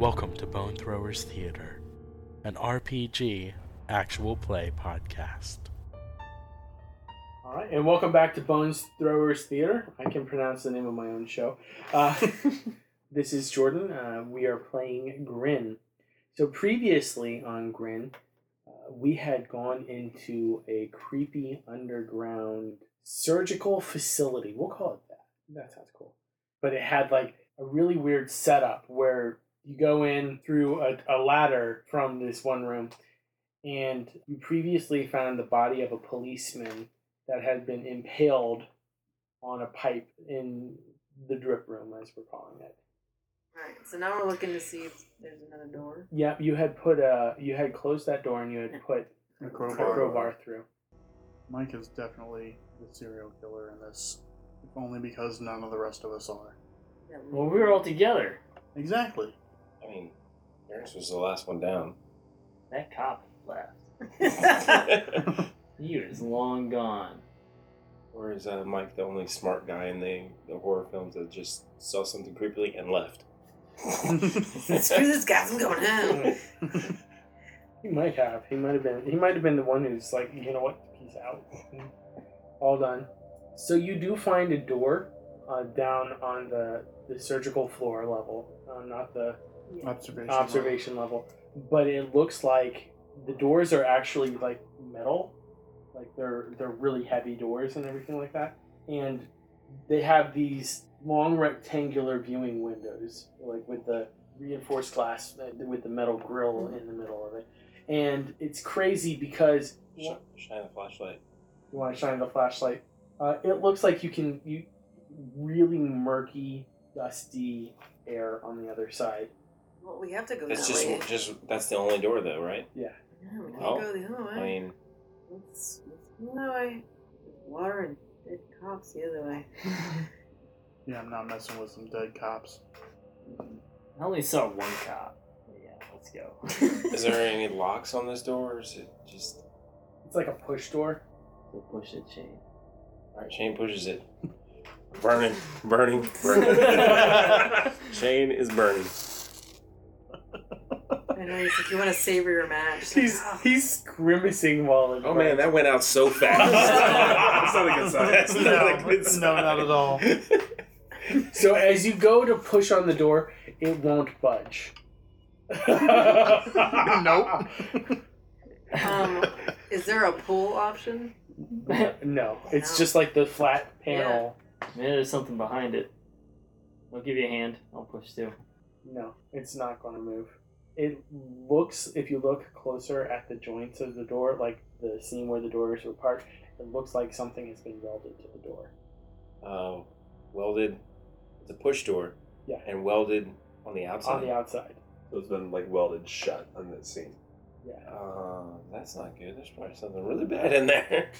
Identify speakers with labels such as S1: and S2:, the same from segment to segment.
S1: Welcome to Bone Throwers Theater, an RPG actual play podcast.
S2: All right, and welcome back to Bones Throwers Theater. I can pronounce the name of my own show. Uh, this is Jordan. Uh, we are playing Grin. So previously on Grin, uh, we had gone into a creepy underground surgical facility. We'll call it that. That sounds cool. But it had like a really weird setup where you go in through a, a ladder from this one room, and you previously found the body of a policeman that had been impaled on a pipe in the drip room, as we're calling it.
S3: Alright, so now we're looking to see if there's another door.
S2: Yeah, you had put a you had closed that door and you had put a
S4: And crowbar.
S2: crowbar through.
S4: Mike is definitely the serial killer in this, if only because none of the rest of us are.
S3: that we-
S5: Well, we were all together.
S4: Exactly.
S6: I mean, Ernest was the last one down.
S5: That cop left.
S6: or
S5: He is long gone.
S6: is uh, Mike the only smart guy in the, the horror films that just saw something creepily and left?
S3: Screw this guy, I'm going home.
S2: He might have. He might have been. He might have been the one who's like, you know what, he's out. All done. So you do find a door uh, down on the the surgical floor level, uh, not the
S4: Observation.
S2: observation level. But it looks like the doors are actually like metal, like they're they're really heavy doors and everything like that. And they have these long rectangular viewing windows, like with the reinforced glass uh, with the metal grill in the middle of it. And it's crazy because
S6: Sh- shine a flashlight.
S2: you want to shine the flashlight. Uh, it looks like you can you really murky, dusty air on the other side.
S3: Well, we have to go
S6: That's
S3: that
S6: just
S3: way.
S6: just that's the only door though, right?
S3: No, we can't
S6: Oh,
S3: go the other way.
S6: I mean,
S3: let's, let's go that way. Water and dead cops the other way.
S4: Yeah, I'm not messing with some dead cops.
S5: I only saw one cop. Yeah, let's go.
S6: is there any locks on this door, or is it just?
S2: It's like a push door.
S5: We'll push the chain.
S6: All right, Shane pushes it. Burning, burning, burning. Shane is burning.
S3: I know he's like, you want to savor your match. It's like,
S2: He's
S3: oh,
S2: he's grimacing while it
S6: Oh man, that went out so fast.
S4: That's
S6: not a good sign. That's
S4: no,
S6: not a good sign.
S4: no, not at all.
S2: So as you go to push on the door, it won't budge.
S4: nope.
S3: um, is there a pull option?
S5: Man,
S2: No, it's just like the flat panel.
S5: there's something behind it. I'll give you a hand. I'll push too.
S2: No, it's not going to move. It looks, if you look closer at the joints of the door, like the seam where the doors were apart, it looks like something has been welded to the door.
S6: uh, welded. It's a push door.
S2: Yeah.
S6: And welded on the
S2: On
S6: outside.
S2: the outside.
S7: So it's been like welded shut on that scene.
S2: Yeah.
S6: Uh, that's not good. There's probably something really bad in there.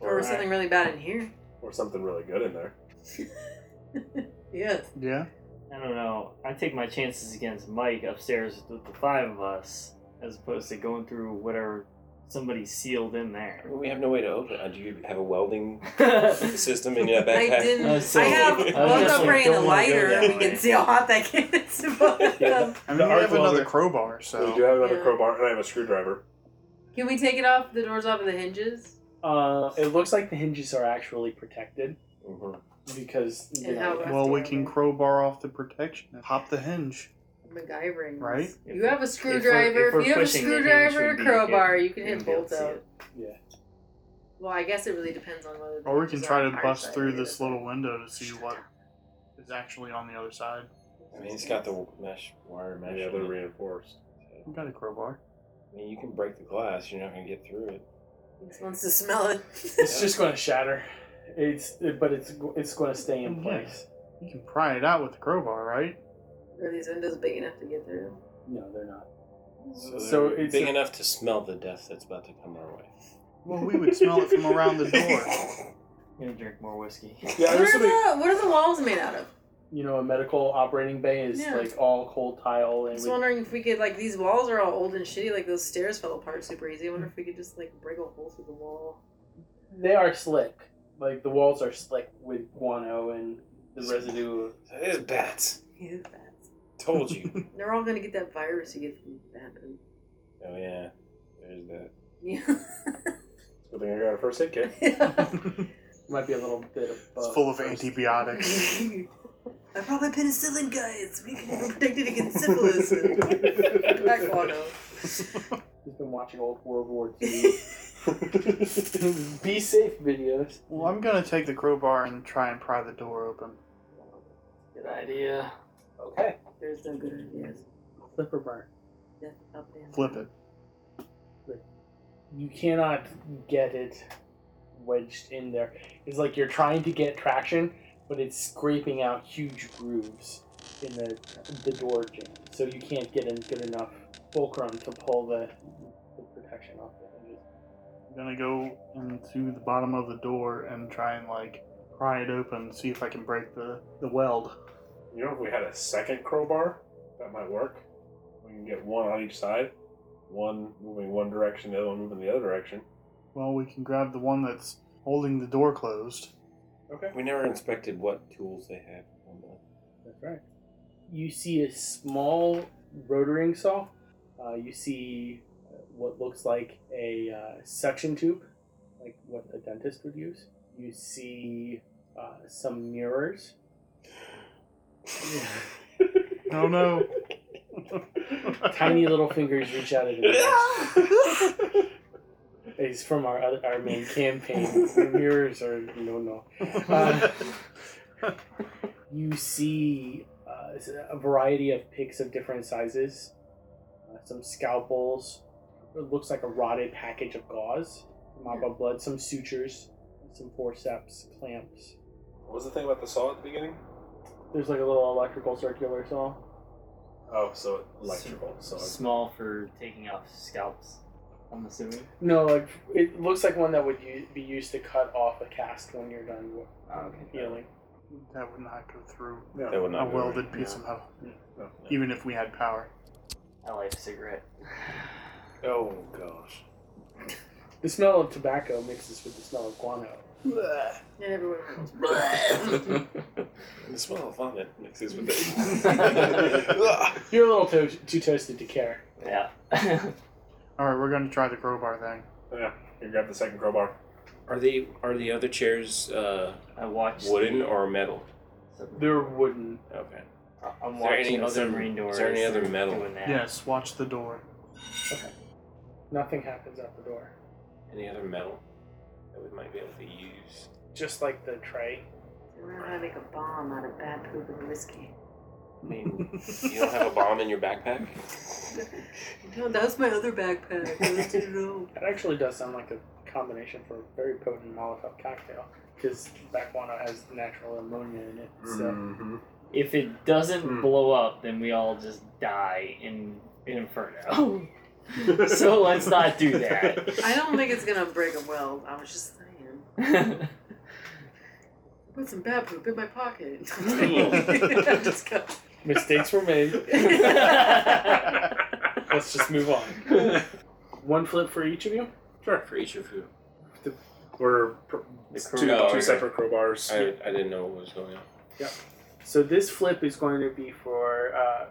S3: Or was something really bad in here?
S7: Or something really good in there.
S3: Yes.
S4: Yeah.
S5: I don't know. I take my chances against Mike upstairs with the five of us, as opposed to going through whatever somebody sealed in there.
S6: We have no way to open it. Uh, Do you have a welding
S5: I
S6: system in your
S3: I
S6: backpack?
S3: didn't.
S5: Uh, so-
S3: I have
S5: I was
S3: one
S5: just like,
S3: spray and a
S5: don't wanna go
S3: lighter,
S5: that
S3: and we
S5: way.
S3: can see how hot that gets.
S7: Yeah.
S4: I mean,
S7: The
S4: we
S7: arc
S4: have
S7: welder.
S4: another crowbar,
S7: So we do
S4: so.
S7: have another
S3: Yeah.
S7: crowbar, and I have a screwdriver.
S3: Can we take it off? The doors off of the hinges?
S2: Uh, it looks like the hinges are actually protected
S6: Mhm.
S2: because you
S3: And
S2: know,
S3: how it
S4: Well, we can crowbar off the protection and pop the hinge.
S3: MacGyvering.
S4: Right?
S3: this. You have a
S5: If we're-
S3: screwdriver.
S5: if
S3: If,
S5: we're
S3: you have a
S5: pushing it, it
S3: screwdriver,
S5: should
S3: a
S5: be-
S3: crowbar,
S5: it-
S3: you can hit
S5: you'll be able
S3: both
S5: to see
S3: out.
S5: it.
S3: Well, I guess it really depends on whether. the
S4: Or we can
S3: hinges
S4: try
S3: are
S4: to
S3: on our
S4: bust
S3: side
S4: through
S3: or the
S4: this
S3: other
S4: little window to see
S3: Shut
S4: what
S3: up.
S4: is actually on the other side.
S6: I mean, it's got the mesh wire mesh.
S7: And yeah, they're
S6: in it.
S7: reinforced.
S4: I've got a crowbar.
S6: I mean, you can break the glass. You're not gonna get through it.
S3: side. He just wants to smell it.
S2: it's just going to shatter. It's but it's it's going to stay in
S4: Yeah.
S2: place.
S4: You can pry it out with the crowbar, right?
S3: Are these windows big enough to get through?
S8: No, they're not.
S6: So,
S2: So
S6: so
S2: it's
S6: big
S2: a-
S6: enough to smell the death that's about to come our way.
S4: Well, we would smell it from around the door.
S5: I'm gonna drink more whiskey.
S7: Yeah,
S3: What
S7: there's
S3: are
S7: something.
S3: the what are the walls made out of?
S2: You know, a medical operating bay is
S3: Yeah.
S2: like all cold tile
S3: I
S2: and
S3: was
S2: with-
S3: wondering if we could like these walls are all old and shitty. Like those stairs fell apart super easy. I wonder if we could just like break a hole through the wall.
S2: they are slick. Like the walls are slick with guano and the residue of
S6: There's bats.
S3: Yeah, bats.
S6: Told you.
S3: They're all gonna get that virus you get from bat poop.
S6: oh yeah. There's that.
S3: Yeah.
S7: Good thing I got a first aid kit.
S2: might be a little bit of
S4: It's
S2: bug
S4: full of
S2: first.
S4: antibiotics.
S3: I brought my penicillin, guys. We can protect it against syphilis. Back guano.
S2: He's been watching old World War II. be safe videos.
S4: Well, I'm gonna take the crowbar and try and pry the door open.
S5: Good idea.
S2: Okay.
S3: There's no good ideas.
S2: Flipper burn.
S3: Death up there.
S4: Flip it.
S2: You cannot get it wedged in there. It's like you're trying to get traction, but it's scraping out huge grooves in the the door jam. So you can't get in good enough fulcrum to pull the, the protection off the hinges.
S4: I'm gonna go into the bottom of the door and try and like pry it open, see if I can break the the weld.
S7: You know, if we had a second crowbar, that might work. We can get one on each side, one moving one direction, the other one moving the other direction.
S4: Well, we can grab the one that's holding the door closed.
S7: Okay.
S6: We never inspected what tools they have.
S2: That's right. You see a small rotoring saw. Uh, you see uh, what looks like a uh, suction tube, like what a dentist would use. You see uh, some mirrors.
S4: Oh no!
S2: Tiny little fingers reach out of the mirrors. It's from our other, our main campaign. The mirrors are no no. Uh, you see uh, a variety of picks of different sizes, uh, some scalpels, it looks like a rotted package of gauze, mop of blood, some sutures, some forceps, clamps.
S7: What was the thing about the saw at the beginning?
S2: There's like a little electrical circular saw.
S7: Oh, so electrical. So
S5: Small for taking off scalps. I'm assuming.
S2: No, like it looks like one that would u- be used to cut off a cast when you're done with
S6: Ah,
S5: Oh, okay.
S2: healing.
S4: that would not go through
S6: That
S7: no.
S6: would
S4: a
S6: not. be right.
S4: welded piece of metal, even if we had power.
S5: I like cigarette.
S7: Oh gosh.
S2: The smell of tobacco mixes with the smell of guano.
S3: And everyone else.
S6: the smell of vomit mixes with it.
S2: You're a little to- too toasted to care.
S5: Yeah.
S4: All right, we're gonna try the crowbar thing.
S7: Yeah, you grab the second crowbar.
S6: are the are the other chairs uh,
S5: I watched.
S6: wooden or metal?
S2: They're wooden.
S6: Okay.
S5: I- I'm
S6: Is there any
S5: watching the
S6: other-
S5: submarine door.
S6: is there any
S5: as
S6: other
S5: they're
S6: metal?
S5: doing that.
S4: Yes, watch the door.
S2: Nothing happens at the door.
S6: Any other metal that we might be able to use?
S2: Just like the tray.
S3: We're not gonna make a bomb out of bat poop and whiskey.
S6: I mean, you don't have a bomb in your backpack?
S3: No, that's my other backpack. I left it at home.
S2: That actually does sound like a combination for a very potent Molotov cocktail because Bakwano has natural ammonia in it. So
S5: If it doesn't
S7: Hmm.
S5: blow up, then we all just die in, in Inferno. so let's not do that.
S3: I don't think it's gonna break a weld. I was just saying. Put some bat poop in my pocket. just go.
S2: mistakes were made. Let's just move on. One flip for each of you.
S6: Sure. For each of you.
S7: We're pr-
S5: The
S7: two,
S5: crew-
S7: two
S6: Oh, okay.
S7: separate crowbars.
S6: I, I didn't know what was going on.
S2: So this flip is going to be for uh,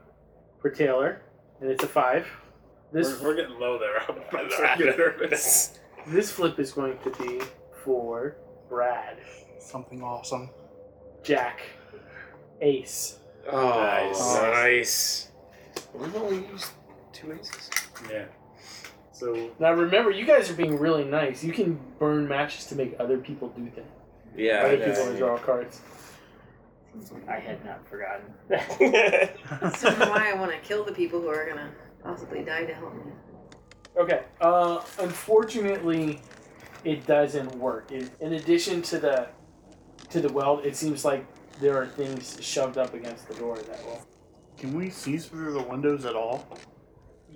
S2: for Taylor, and it's a five. This
S7: we're, we're getting low there. I'm starting to get nervous.
S2: this flip is going to be for Brad,
S4: Something awesome.
S2: Jack, Ace.
S6: Oh,
S7: Nice.
S6: nice. We've only used two aces.
S7: Yeah. So
S2: Now remember, you guys are being really nice. You can burn matches to make other people do things.
S6: Yeah.
S2: Other people to draw cards.
S5: I had not forgotten.
S3: So then why I want to kill the people who are gonna possibly die to help me.
S2: Okay. Uh, unfortunately, it doesn't work. In, in addition to the to the weld, it seems like there are things shoved up against the door that will
S4: Can we see through the windows at all?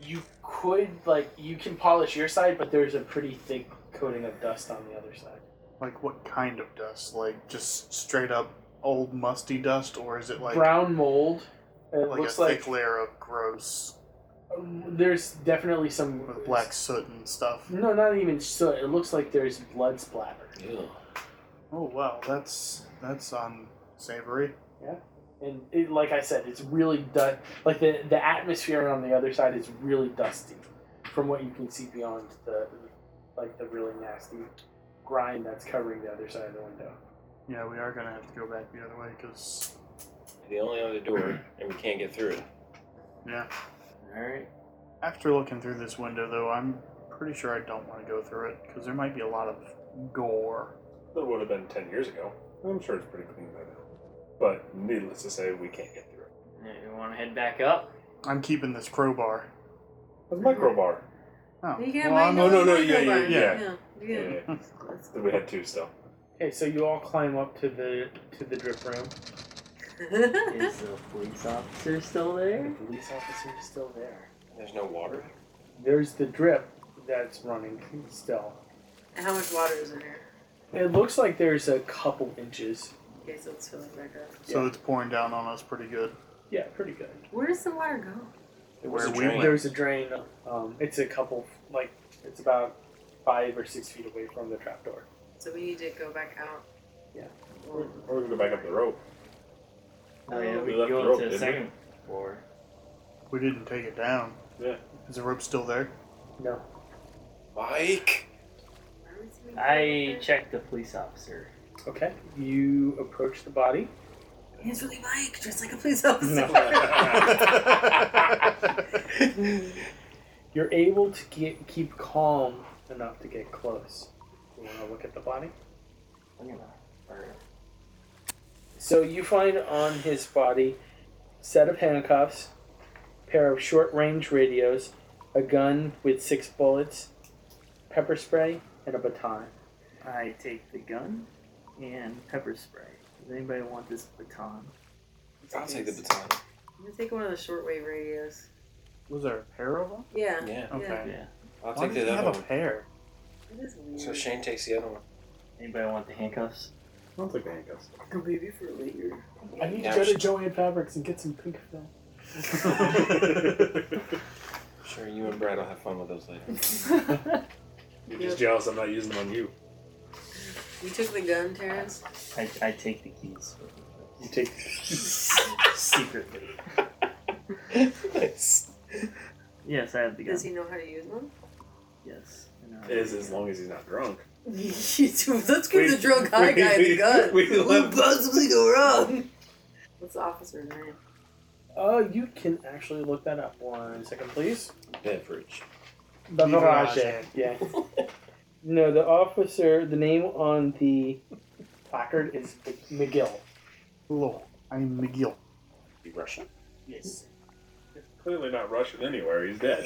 S2: You could like you can polish your side, but there's a pretty thick coating of dust on the other side.
S4: Like what kind of dust? Like just straight up old musty dust, or is it like
S2: Brown mold. It
S4: like a
S2: looks like
S4: thick layer of gross
S2: there's definitely some
S4: with black soot and stuff?
S2: No, not even soot. It looks like there's blood splatter,
S6: Ew.
S4: Oh wow, that's that's unsavory.
S2: and it, like I said, it's really dust. Like the the atmosphere on the other side is really dusty, from what you can see beyond the like the really nasty grime that's covering the other side of the window.
S4: Yeah, we are gonna have to go back the other way because
S6: The only other door, and we can't get through it.
S4: yeah.
S5: Alright.
S4: After looking through this window though, I'm pretty sure I don't want to go through it because there might be a lot of gore.
S7: That would have been 10 years ago. I'm sure it's pretty clean by now. But needless to say, we can't get through it.
S5: Yeah, You want to head back up?
S4: I'm keeping this crowbar.
S7: That's my crowbar.
S4: Oh,
S3: You can have
S4: well,
S3: my
S4: I'm-
S7: no, no, no,
S3: my
S7: yeah, yeah,
S3: number.
S7: yeah.
S3: yeah.
S7: Yeah, yeah.
S3: That's
S7: So We had two still.
S2: Okay, so you all climb up to the to the drip room.
S3: close.
S5: Is the police officer still there?
S2: police officer is still there.
S6: There's no water.
S2: There's the drip that's running still.
S3: How much water is in here?
S2: It looks like there's a couple inches.
S3: Okay, so it's filling back up.
S4: so it's pouring down on us pretty good.
S2: Yeah, pretty good.
S3: Where does the water go?
S6: was
S4: Where
S6: a
S4: we
S6: drain.
S4: went.
S2: There's a drain. Um, it's a couple, like it's about five or six feet away from the trapdoor.
S3: So we need to go back out.
S2: Yeah.
S7: Or
S3: Or-
S7: or we can go back up the rope.
S5: Oh, yeah,
S3: Oh.
S5: we
S7: We left the
S5: go
S7: rope,
S5: to the
S7: didn't we?
S5: second floor.
S4: We didn't take it down.
S7: Yeah.
S4: Is the rope still there?
S2: No.
S6: Mike!
S3: why would somebody go
S5: I
S3: up there?
S5: checked the police officer.
S2: Okay. You approach the body.
S3: It's really Mike, dressed like a police officer.
S2: You're able to get, keep calm enough to get close. You want to look at the body?
S5: I'm gonna burn.
S2: So you find on his body set of handcuffs, pair of short range radios, a gun with six bullets, pepper spray, and a baton.
S5: I take the gun and pepper spray. Does anybody want this baton?
S6: I'll take the baton.
S3: I'm gonna take one of the shortwave radios.
S4: Was there a pair of them?
S3: Yeah.
S6: Yeah.
S4: Okay.
S5: Yeah.
S6: I'll
S4: Why
S6: take
S4: did
S6: the
S4: you
S6: other
S4: have a
S6: one.
S4: pair?
S3: It is weird.
S6: So Shane takes the other one.
S5: Anybody want the handcuffs?
S7: I'll take the handcuffs.
S3: Or maybe for later.
S2: I need
S6: Yeah,
S2: to go
S6: she-
S2: to Joanne Fabrics and get some pink film.
S6: Sure, you and Brad will have fun with those later.
S7: You're just jealous I'm not using them on you.
S3: You took the gun, Terrence?
S5: I, I take the keys.
S2: You take
S5: Secretly. Yes, I have the gun.
S3: Does he know how to use one?
S5: Yes.
S7: It is as long as he's not drunk.
S3: Let's give the
S7: We-
S3: drunk high
S7: we-
S3: guy the gun.
S7: we
S3: What
S7: left-
S3: could possibly go wrong? What's the officer's name?
S2: Uh, you can actually look that up. One second, please.
S6: Beverage.
S2: Beverage. Yeah. no, the officer. The name on the placard is McGill.
S4: Hello, I'm McGill.
S6: You Russian?
S2: Yes.
S7: He's clearly not rushing anywhere. He's dead.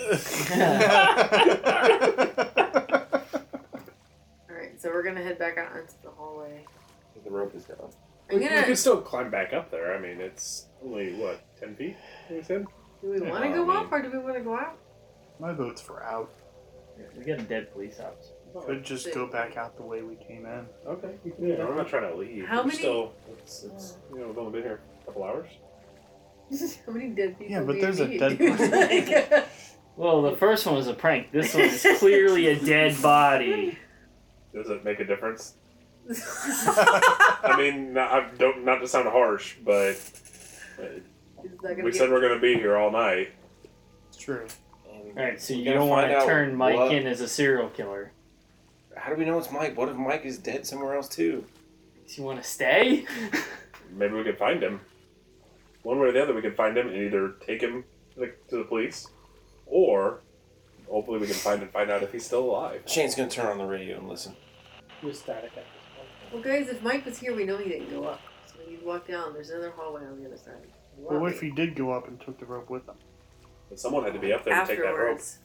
S3: Alright, so we're gonna head back out into the hallway.
S6: The rope is gone.
S3: I'm
S7: We
S3: gonna.
S7: can still climb back up there. I mean, it's only, what, 10 feet? We said?
S3: Do we wanna go up or do we wanna go out?
S4: My vote's for out.
S5: we got a dead police officer.
S3: Oh,
S4: Could just go back out the way we came in.
S2: Okay. You can do
S7: Yeah,
S2: that.
S7: I'm not trying to leave.
S3: How
S7: We're
S3: many- Oh.
S7: Still, it's, it's, you know, we've only been here a couple hours.
S3: How many dead people
S4: Yeah, but
S3: do you
S4: there's a
S3: need,
S4: dead
S3: dude?
S4: person.
S3: Like- uh,
S5: Well, the first one was a prank. This one is clearly a dead body.
S7: Does it make a difference? I mean, not, I don't, not to sound harsh, but uh,
S3: It's not gonna
S7: we
S3: get-
S7: said we're going to be here all night.
S4: It's true.
S6: And
S5: All right, so
S6: we
S5: you
S6: gotta
S5: don't want
S6: find
S5: to
S6: out
S5: turn Mike
S6: what-
S5: in as a serial killer.
S6: How do we know it's Mike? What if Mike is dead somewhere else too?
S5: Do you want to stay?
S7: Maybe we could find him. One way or the other, we could find him and either take him to the, to the police, or hopefully we can find and find out if he's still alive.
S6: Shane's gonna turn on the radio and listen.
S2: You're static at this
S3: Well, guys, if Mike was here, we know he didn't go up. So he'd walk down. There's another hallway on the other side.
S4: Well, what if he did go up and took the rope with him?
S7: But someone had to be up there to take that rope.
S3: Afterwards.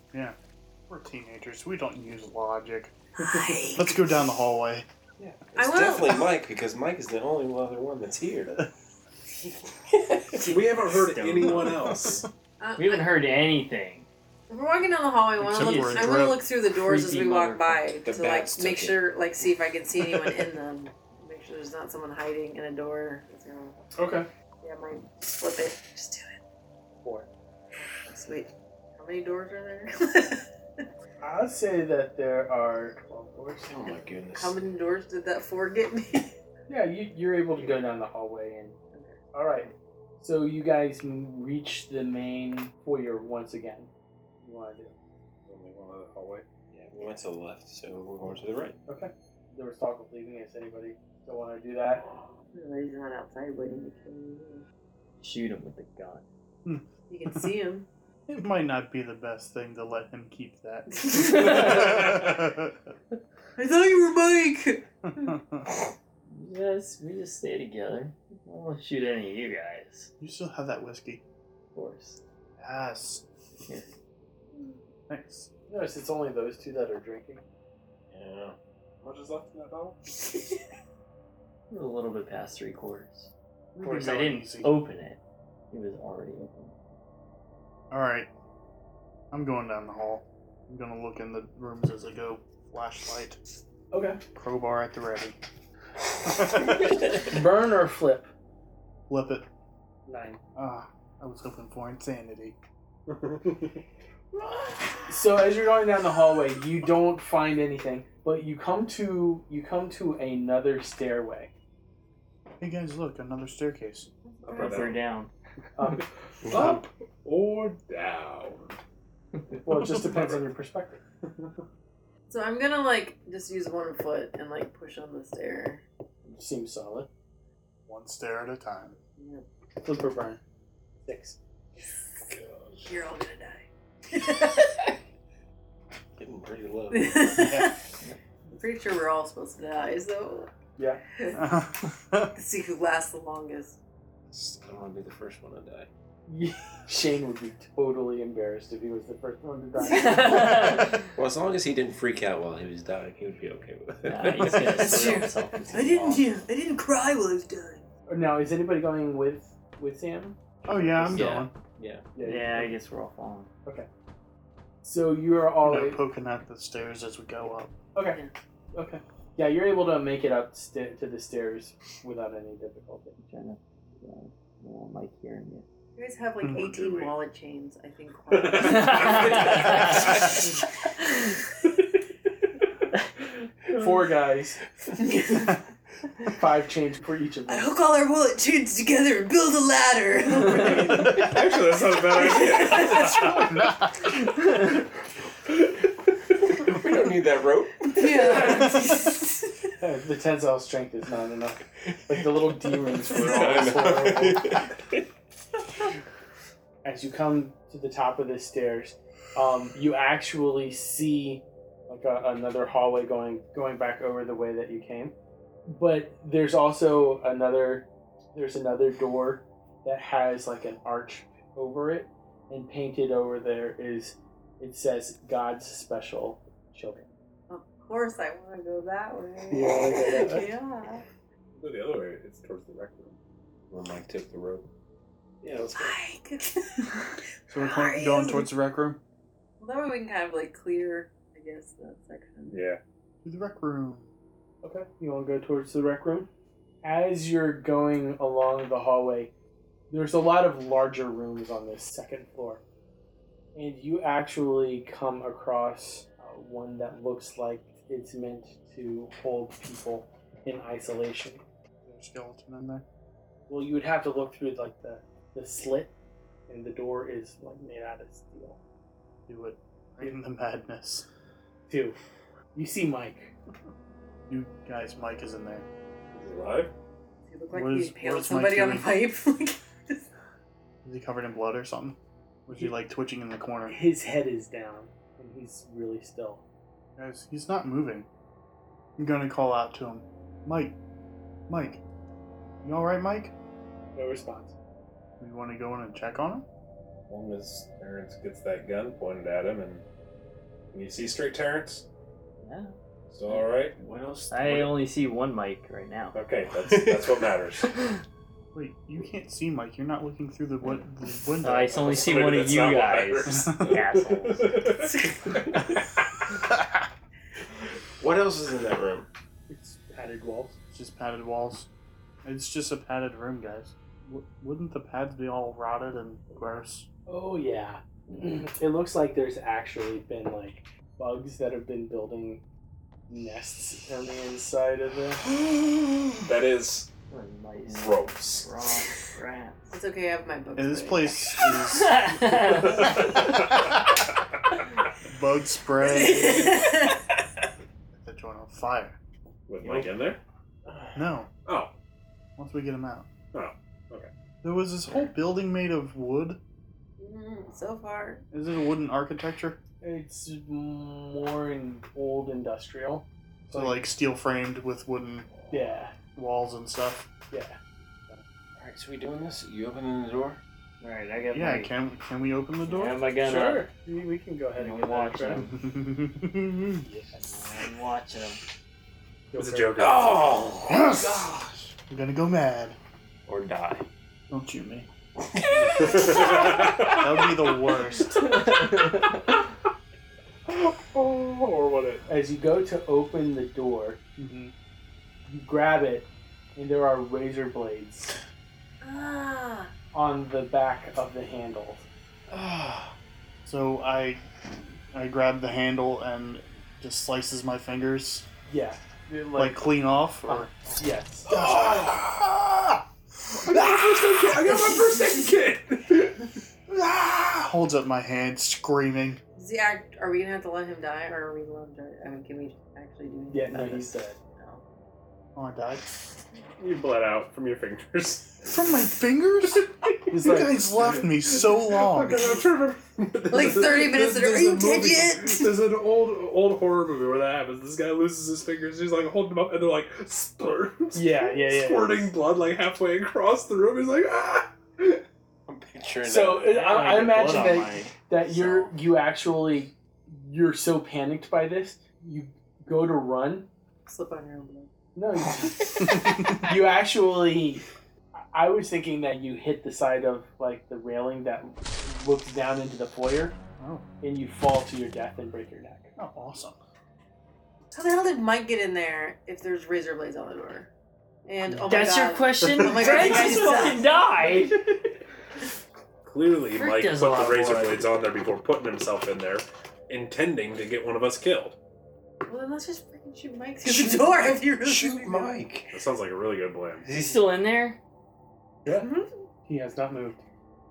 S4: We're teenagers. We don't use logic.
S3: Hi.
S4: Let's go down the hallway.
S6: It's
S3: wanna-
S6: definitely Mike because Mike is the only other one that's here.
S8: We haven't heard
S5: Stone.
S8: anyone else.
S3: Uh,
S5: We haven't heard anything.
S3: If we're walking down the hallway. I want to
S4: Except
S5: for
S3: look.
S4: a
S3: I want to
S4: drip.
S3: look through the doors as we
S5: Creepy
S3: walk by
S6: The
S3: to like
S6: bats
S3: make
S6: took it.
S3: sure, like, see if I can see anyone in them. Make sure there's not someone hiding in a door. It's gonna-
S2: Okay.
S3: Yeah, I might flip it. Just do it.
S2: Four.
S3: Sweet. How many doors are there?
S2: I'd say that there are twelve doors.
S6: Oh my goodness.
S3: How many doors did that four get me?
S2: Yeah, you, you're able to go down the hallway and. All right. So you guys m- reach the main foyer once again. You want to do?
S7: Only one other hallway.
S6: Yeah, we went to the left, so we're going to the right.
S2: Okay. There was talk of leaving. Is anybody still want to do that?
S3: He's not outside waiting to kill me.
S5: Shoot him with the gun.
S3: You can see him.
S4: It might not be the best thing to let him keep that.
S3: I thought you were Mike.
S5: Yes, we just stay together. I won't shoot any of you guys,
S4: you still have that whiskey.
S5: of course.
S4: Yes.
S5: Yeah.
S4: Thanks.
S2: Notice it's only those two that are drinking.
S6: Yeah.
S7: How much is left in that bottle?
S5: We're a little bit past three quarters. Of
S4: We've
S5: course,
S4: been
S5: I
S4: going
S5: didn't
S4: easy.
S5: open it. It was already open.
S4: All right. I'm going down the hall. I'm gonna look in the rooms as I go. Flashlight,
S2: Okay.
S4: crowbar at the ready.
S2: Burn or flip?
S4: Flip it.
S2: Nine.
S4: Ah, I was hoping for insanity.
S2: So as you're going down the hallway, you don't find anything, but you come to you come to another stairway.
S4: Hey guys, look, another staircase.
S7: Up or
S5: Up or
S7: down?
S2: Um,
S5: down?
S7: Up or down?
S2: well, it just depends on your perspective.
S3: So I'm gonna like just use one foot and like push on the stair.
S2: Seems solid.
S4: One stair at a time.
S2: Flip or burn. Six.
S3: You're all gonna
S6: Getting pretty low.
S3: die. I'm pretty sure we're all supposed to die, so
S2: Yeah.
S3: let's see who lasts the longest.
S6: I don't want to be the first one to die.
S2: Shane would be totally embarrassed if he was the first one to die.
S5: Nah,
S6: Well, as long as he didn't freak out while he was dying, he would be okay with
S3: Ah,
S6: it.
S5: he's gonna
S3: That's
S5: slit
S3: true.
S5: himself into
S3: I
S5: the
S3: didn't.
S5: wall.
S3: Yeah, I didn't cry while I was dying.
S2: Oh, now, is anybody going with with Sam?
S4: oh yeah, I'm
S6: Yeah.
S5: Yeah, I guess we're all falling.
S2: So you are all
S4: going. You know, poking at the stairs as we go up.
S2: okay. Okay. Yeah, you're able to make it up sta to the stairs without any difficulty.
S5: I'm trying to. Yeah, I don't like hearing you.
S3: You guys have like
S7: Mm.
S4: Hmm,
S3: 18
S4: do we?
S3: wallet chains, I think.
S2: Four guys,
S4: That's
S2: five chains for each of
S3: I
S2: them.
S3: hook all our wallet chains together and build a ladder.
S7: Actually, that's not a bad
S4: really not.
S6: we don't need that rope.
S3: yeah.
S2: Uh, the tensile strength is not enough. Like the little D rings were all horrible.
S6: I
S2: as you come to the top of the stairs, um, you actually see like a, another hallway going going back over the way that you came. But there's also another there's another door that has like an arch over it, and painted over there is it says God's special children.
S3: Of course, I want to go that way.
S2: You wanna go that way?
S3: Yeah.
S7: No, the other way. It's towards the rec room.
S6: Where Mike took the rope. Yeah, let's go.
S3: Mike.
S4: So we're
S3: How are
S4: going, going
S3: you?
S4: towards the rec room.
S3: Well, that way we can kind of like clear, I guess, that section.
S7: Yeah.
S4: To the rec room.
S2: Okay, you want to go towards the rec room? As you're going along the hallway, there's a lot of larger rooms on this second floor. And you actually come across uh, one that looks like it's meant to hold people in isolation.
S4: There's a skeleton in there.
S2: Well, you would have to look through like the, the slit, and the door is like made out of steel.
S4: Do it. Right in the madness.
S2: Two. You see Mike.
S4: You guys, Mike is in there.
S7: Is he alive?
S3: You look like
S4: What
S3: you
S4: is-
S3: impaled
S4: what is Mike
S3: somebody on a
S4: doing?
S3: pipe.
S4: Is he covered in blood or something? Or is he like twitching in the corner?
S2: His head is down, and he's really still.
S4: Guys, he's not moving. I'm gonna call out to him. Mike, Mike, you all right, Mike?
S2: No response.
S4: We want to go in and check on him.
S7: One is Terrence gets that gun pointed at him, and can you see straight Terrence?
S5: Yeah.
S7: Still all right?
S6: What else?
S5: I only see one mic right now.
S7: Okay, that's that's what matters.
S4: Wait, you can't see Mike. You're not looking through the, win- the window.
S5: I only see
S7: Maybe
S5: one of
S7: that's
S5: you
S7: not what
S5: guys. Assholes.
S6: what else is in that room?
S2: It's padded walls.
S4: It's just padded walls. It's just a padded room, guys. W- wouldn't the pads be all rotted and gross?
S2: Oh yeah. it looks like there's actually been like bugs that have been building nests on the inside of it.
S7: that is
S5: What a nice
S7: gross.
S5: raw rats.
S3: It's okay, I have my book.
S4: And this place is bug spray. that joint on fire.
S7: With Mike in there?
S4: No,
S7: Oh,
S4: once we get him out.
S7: Oh, okay.
S4: There was this whole building made of wood.
S3: Mm, so far,
S4: Is it a wooden architecture?
S2: It's more in old industrial.
S4: So like steel framed with wooden
S2: Yeah,
S4: walls and stuff.
S2: yeah.
S6: Alright, so we doing this? You opening the door?
S5: Alright, I got
S4: Yeah,
S5: my,
S4: can can we open the
S5: I
S4: door?
S5: have my gun up.
S2: sure. We, we can go ahead and
S5: I'm
S2: get that.
S5: watching
S2: Right?
S5: him. I'm watching him.
S7: it's a joker.
S6: Oh!
S4: Gosh. I'm gonna go mad.
S6: Or die.
S4: Don't shoot me.
S7: oh,
S4: That would be the worst.
S7: Oh, or what it?
S2: As you go to open the door, Mm-hmm. you grab it, and there are razor blades
S3: ah,
S2: on the back of the handle.
S4: So I I grab the handle and just slices my fingers
S2: Yeah. It,
S4: like, uh, clean off or
S2: yes.
S7: I got my first aid kit! I got my first aid kit!
S4: holds up my hand screaming.
S3: is the act? Are we gonna have to let him die, or are we allowed to? I mean, can we actually do? anything
S2: Yeah, no,
S3: about
S2: he's
S3: this?
S2: dead.
S3: No.
S4: Oh I died.
S7: you bled out from your fingers.
S4: From my fingers?
S2: He's
S4: You
S2: like,
S4: guys left me so long.
S7: Okay, I'm trying to remember.
S3: Like
S7: There's a-
S3: 30 minutes
S7: there's-
S3: later,
S7: there's
S3: "Are
S7: a
S3: you dead
S7: movie-
S3: yet?"
S7: There's an old old horror movie where that happens. This guy loses his fingers. He's like holding them up, and they're like splurt,
S2: yeah, yeah, yeah.
S7: squirting blood like halfway across the room. He's like, ah.
S6: I'm picturing
S2: So uh,
S6: that.
S2: I, I
S5: get blood
S2: imagine
S5: on
S2: that
S5: my-
S2: that you're you actually you're so panicked by this you go to run.
S3: Slip on your own blood.
S2: No, you, you actually. I was thinking that you hit the side of like the railing that looks down into the foyer,
S4: Oh.
S2: and you fall to your death and break your neck.
S4: Oh, awesome.
S3: How the hell did Mike get in there if there's razor blades on the door? And oh my
S5: That's
S3: god,
S5: your question?
S3: Oh my God,
S5: Fred
S3: you guys
S5: just
S3: suck.
S5: fucking died!
S7: Clearly,
S5: Frick
S7: Mike put
S5: does a
S7: the
S5: lot
S7: razor
S5: more.
S7: blades on there before putting himself in there, intending to get one of us killed.
S3: Well, then let's just freaking shoot Mike through the door if you really
S6: Shoot Mike.
S7: That sounds like a really good plan.
S5: Is he still in there?
S3: Mm-hmm.
S2: He has not moved.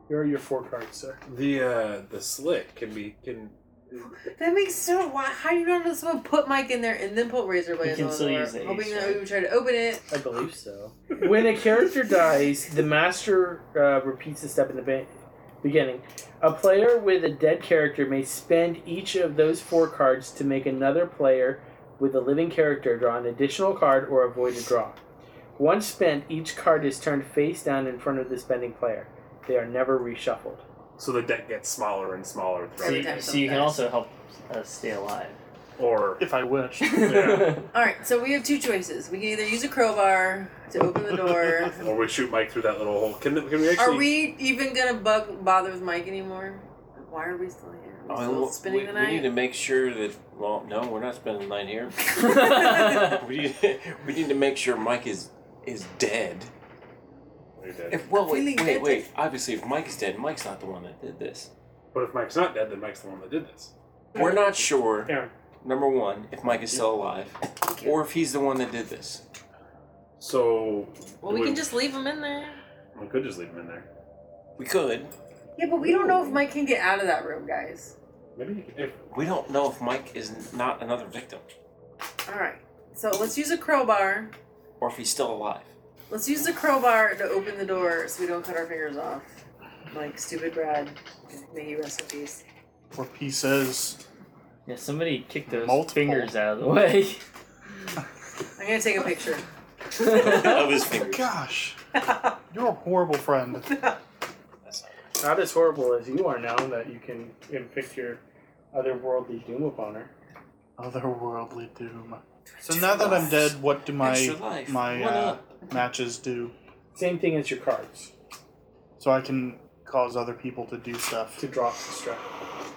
S2: Here are your four cards, sir.
S7: The uh, the slick can be can.
S3: That makes so. Why? How do you not know someone put Mike in there and then put razor blades
S5: can
S3: on
S5: still
S3: the door,
S5: use the
S3: hoping
S5: ace,
S3: that
S5: right?
S3: we would try to open it?
S2: I believe so. when a character dies, the master uh, repeats the step in the ba- beginning. A player with a dead character may spend each of those four cards to make another player with a living character draw an additional card or avoid a draw. Once spent, each card is turned face down in front of the spending player. They are never reshuffled.
S7: So the deck gets smaller and smaller
S5: So,
S7: throughout,
S3: Every
S7: the-
S3: time
S5: you- so you can
S3: sometimes.
S5: also help us stay alive.
S7: or
S4: If I wish.
S7: Yeah.
S3: All right, so we have two choices. We can either use a crowbar to open the door.
S7: or we shoot Mike through that little hole. Can, can we actually?
S3: are we even gonna bug bother with Mike anymore? Why are we still here? Are we still
S6: Oh,
S3: spinning
S6: we,
S3: the
S6: we need to
S3: night?
S6: make sure that. Well, no, we're not spending the night here. we, need, we need to make sure Mike is is dead.
S7: You're dead.
S6: If, well,
S3: Feeling
S6: wait,
S3: dead.
S6: wait, wait. Obviously, if Mike is dead, Mike's not the one that did this.
S7: But if Mike's not dead, then Mike's the one that did this.
S6: We're not sure.
S2: Aaron.
S6: Number one, if Mike is still alive, or if he's the one that did this.
S7: So
S3: Well, we can just leave him in there.
S7: we could just leave him in there.
S6: We could.
S3: Yeah, but we don't know if Mike can get out of that room, guys.
S7: Maybe if
S6: We don't know if Mike is not another victim,
S3: All right, so let's use a crowbar.
S6: or if he's still alive.
S3: Let's use the crowbar to open the door so we don't cut our fingers off. Like stupid Brad. May he rest in peace.
S4: Or P says
S5: Yeah, somebody kick those
S4: Multiple.
S5: fingers out of the way.
S3: I'm gonna take a picture.
S6: of his fingers.
S4: Gosh. You're a horrible friend.
S6: That's not right.
S2: Not as horrible as you are now that you can evict your otherworldly doom upon her.
S4: Otherworldly doom. So now that I'm dead, what do
S6: Extra
S4: my
S6: life.
S4: my
S6: What
S4: uh,
S6: up?
S4: matches do?
S2: Same thing as your cards
S4: So I can cause other people to do stuff.
S2: to drop the strap.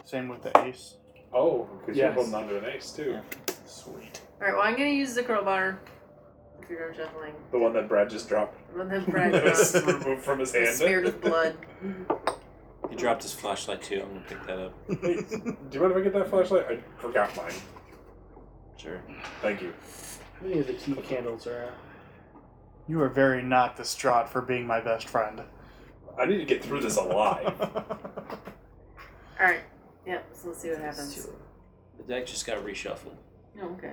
S4: Same with the ace.
S7: Oh, because you're
S2: Yes.
S7: holding onto an ace too.
S4: Sweet.
S3: Alright, well, I'm gonna use the crowbar. If you're not shuffling.
S7: The one that Brad just dropped.
S3: Run them Brad
S7: That was
S3: across.
S7: removed from his hand.
S3: Smeared with blood.
S6: He dropped his flashlight too. I'm gonna pick that up.
S7: Hey, do you mind if I get that flashlight? I forgot mine.
S6: Sure.
S7: Thank you.
S2: How many of the tea candles are out?
S4: You are very not distraught for being my best friend.
S7: I need to get through this alive.
S3: Alright. Yep, so let's see what happens.
S6: The deck just got reshuffled.
S3: Oh, okay.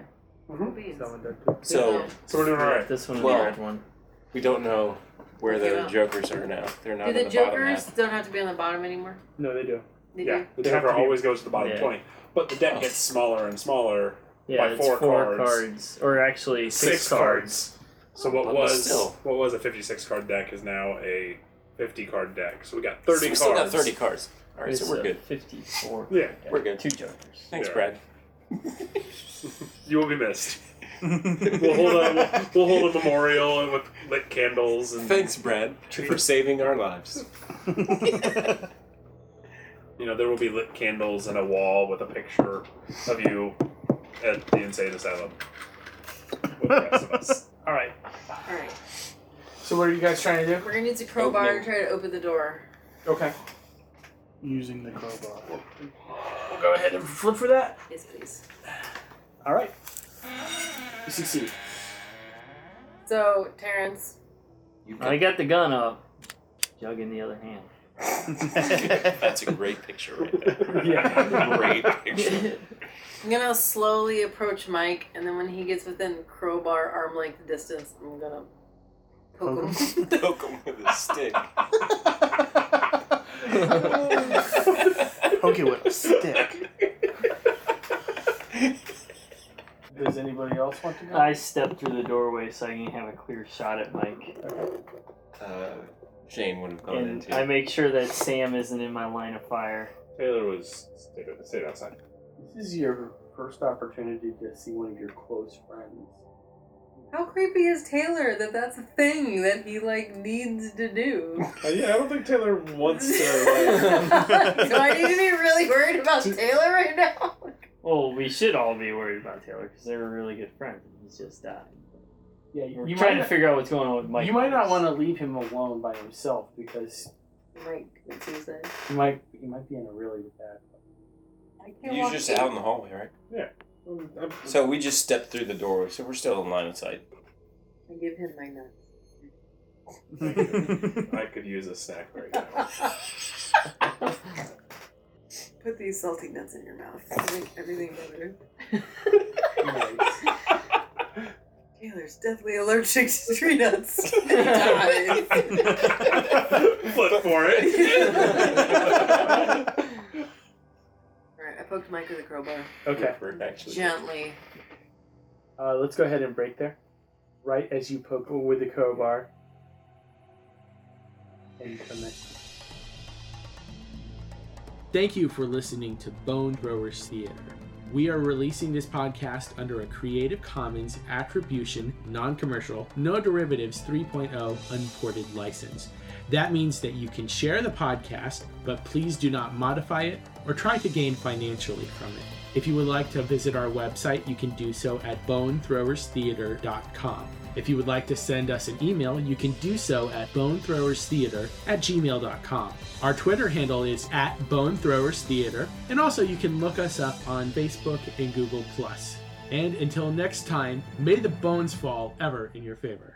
S4: Mm-hmm.
S7: Mhm.
S3: Beans.
S2: Someone did.
S6: So
S7: So we're doing alright.
S5: This one,
S6: Well-
S5: the red one.
S6: we don't know where
S3: Yeah.
S6: the jokers are now. They're not
S3: Do
S6: in
S3: the
S6: the bottom
S3: jokers
S6: half.
S3: don't have to be on the bottom anymore?
S2: No, they do.
S3: They
S7: Yeah,
S3: do?
S7: the
S4: They have
S7: joker
S4: to be-
S7: always goes to the bottom
S5: Yeah.
S7: 20. But the deck gets smaller and smaller.
S5: Yeah,
S7: By
S5: it's
S7: four
S5: four,
S7: cards.
S5: cards. or actually six, cards.
S7: So what
S6: But
S7: was
S6: still.
S7: what was a 56 card deck is now a 50 card deck. So we got 30
S6: we
S7: cards.
S6: still got 30 cards. All right,
S5: It's,
S6: so we're
S5: uh,
S6: good.
S5: Fifty-four.
S7: Yeah,
S6: We're good.
S5: Two jokers.
S6: Thanks,
S7: Yeah.
S6: Brad.
S7: you will be missed. We'll hold a we'll, we'll hold a memorial and with lit candles and
S6: Thanks, Brad, for saving our lives.
S7: you know there will be lit candles and a wall with a picture of you at the insane asylum with the rest of us.
S4: All right.
S3: Alright.
S2: So what are you guys trying to do?
S3: We're gonna
S6: Oh,
S3: use a crowbar
S6: Opening.
S3: and try to open the door.
S2: Okay.
S4: Using the crowbar.
S2: We'll go ahead and flip for that.
S3: Yes, please.
S2: All right. You succeed.
S3: So, Terrence,
S6: You
S5: I got the gun up. Jug in the other hand.
S6: That's a great picture right there.
S2: Yeah.
S6: Great picture.
S3: I'm gonna slowly approach Mike, and then when he gets within crowbar arm length distance, I'm gonna poke him.
S6: Poke him with a stick.
S4: Poke it with a stick.
S2: Does anybody else want to go?
S5: I step through the doorway so I can have a clear shot at Mike,
S6: Uh, Shane would have
S2: Oh,
S6: gone
S5: and
S6: into.
S5: I make sure that Sam isn't in my line of fire.
S7: Taylor was stayed, stayed outside.
S2: This is your first opportunity to see one of your close friends.
S3: How creepy is Taylor that that's a thing that he like needs to do?
S7: Uh, yeah, I don't think Taylor wants to. Like,
S3: Do I need to be really worried about Taylor right now?
S5: Well, we should all be worried about Taylor because they were really good friends. and He's just died.
S2: Yeah,
S5: We're
S2: you, you might
S5: trying to figure out what's going on with Mike.
S2: you might not want to leave him alone by himself because
S3: Mike, it's Tuesday.
S2: he might he might be in a really bad.
S3: I can't
S6: You're
S3: walk
S6: just
S3: in.
S6: out in the hallway, right?
S7: I'm- I'm-
S6: So we just stepped through the doorway, so we're still in line of sight.
S3: I give him my nuts.
S7: I could use a snack right now.
S3: Put these salty nuts in your mouth. to Make everything better. Taylor's deathly allergic to tree nuts. He dies.
S7: Flip for it.
S3: Alright, I poked Mike with a crowbar.
S2: Okay.
S6: We're actually.
S3: Gently.
S2: Uh, let's go ahead and break there. Right as you poke with the crowbar. And come back.
S8: Thank you for listening to Bone Throwers Theater. We are releasing this podcast under a Creative Commons Attribution, Non Commercial, No Derivatives 3.0 Unported license. That means that you can share the podcast, but please do not modify it or try to gain financially from it. If you would like to visit our website, you can do so at bonethrowerstheater.com. If you would like to send us an email, you can do so at bonethrowerstheater at gmail.com. Our Twitter handle is at bonethrowerstheater, and also you can look us up on Facebook and Google. And until next time, may the bones fall ever in your favor.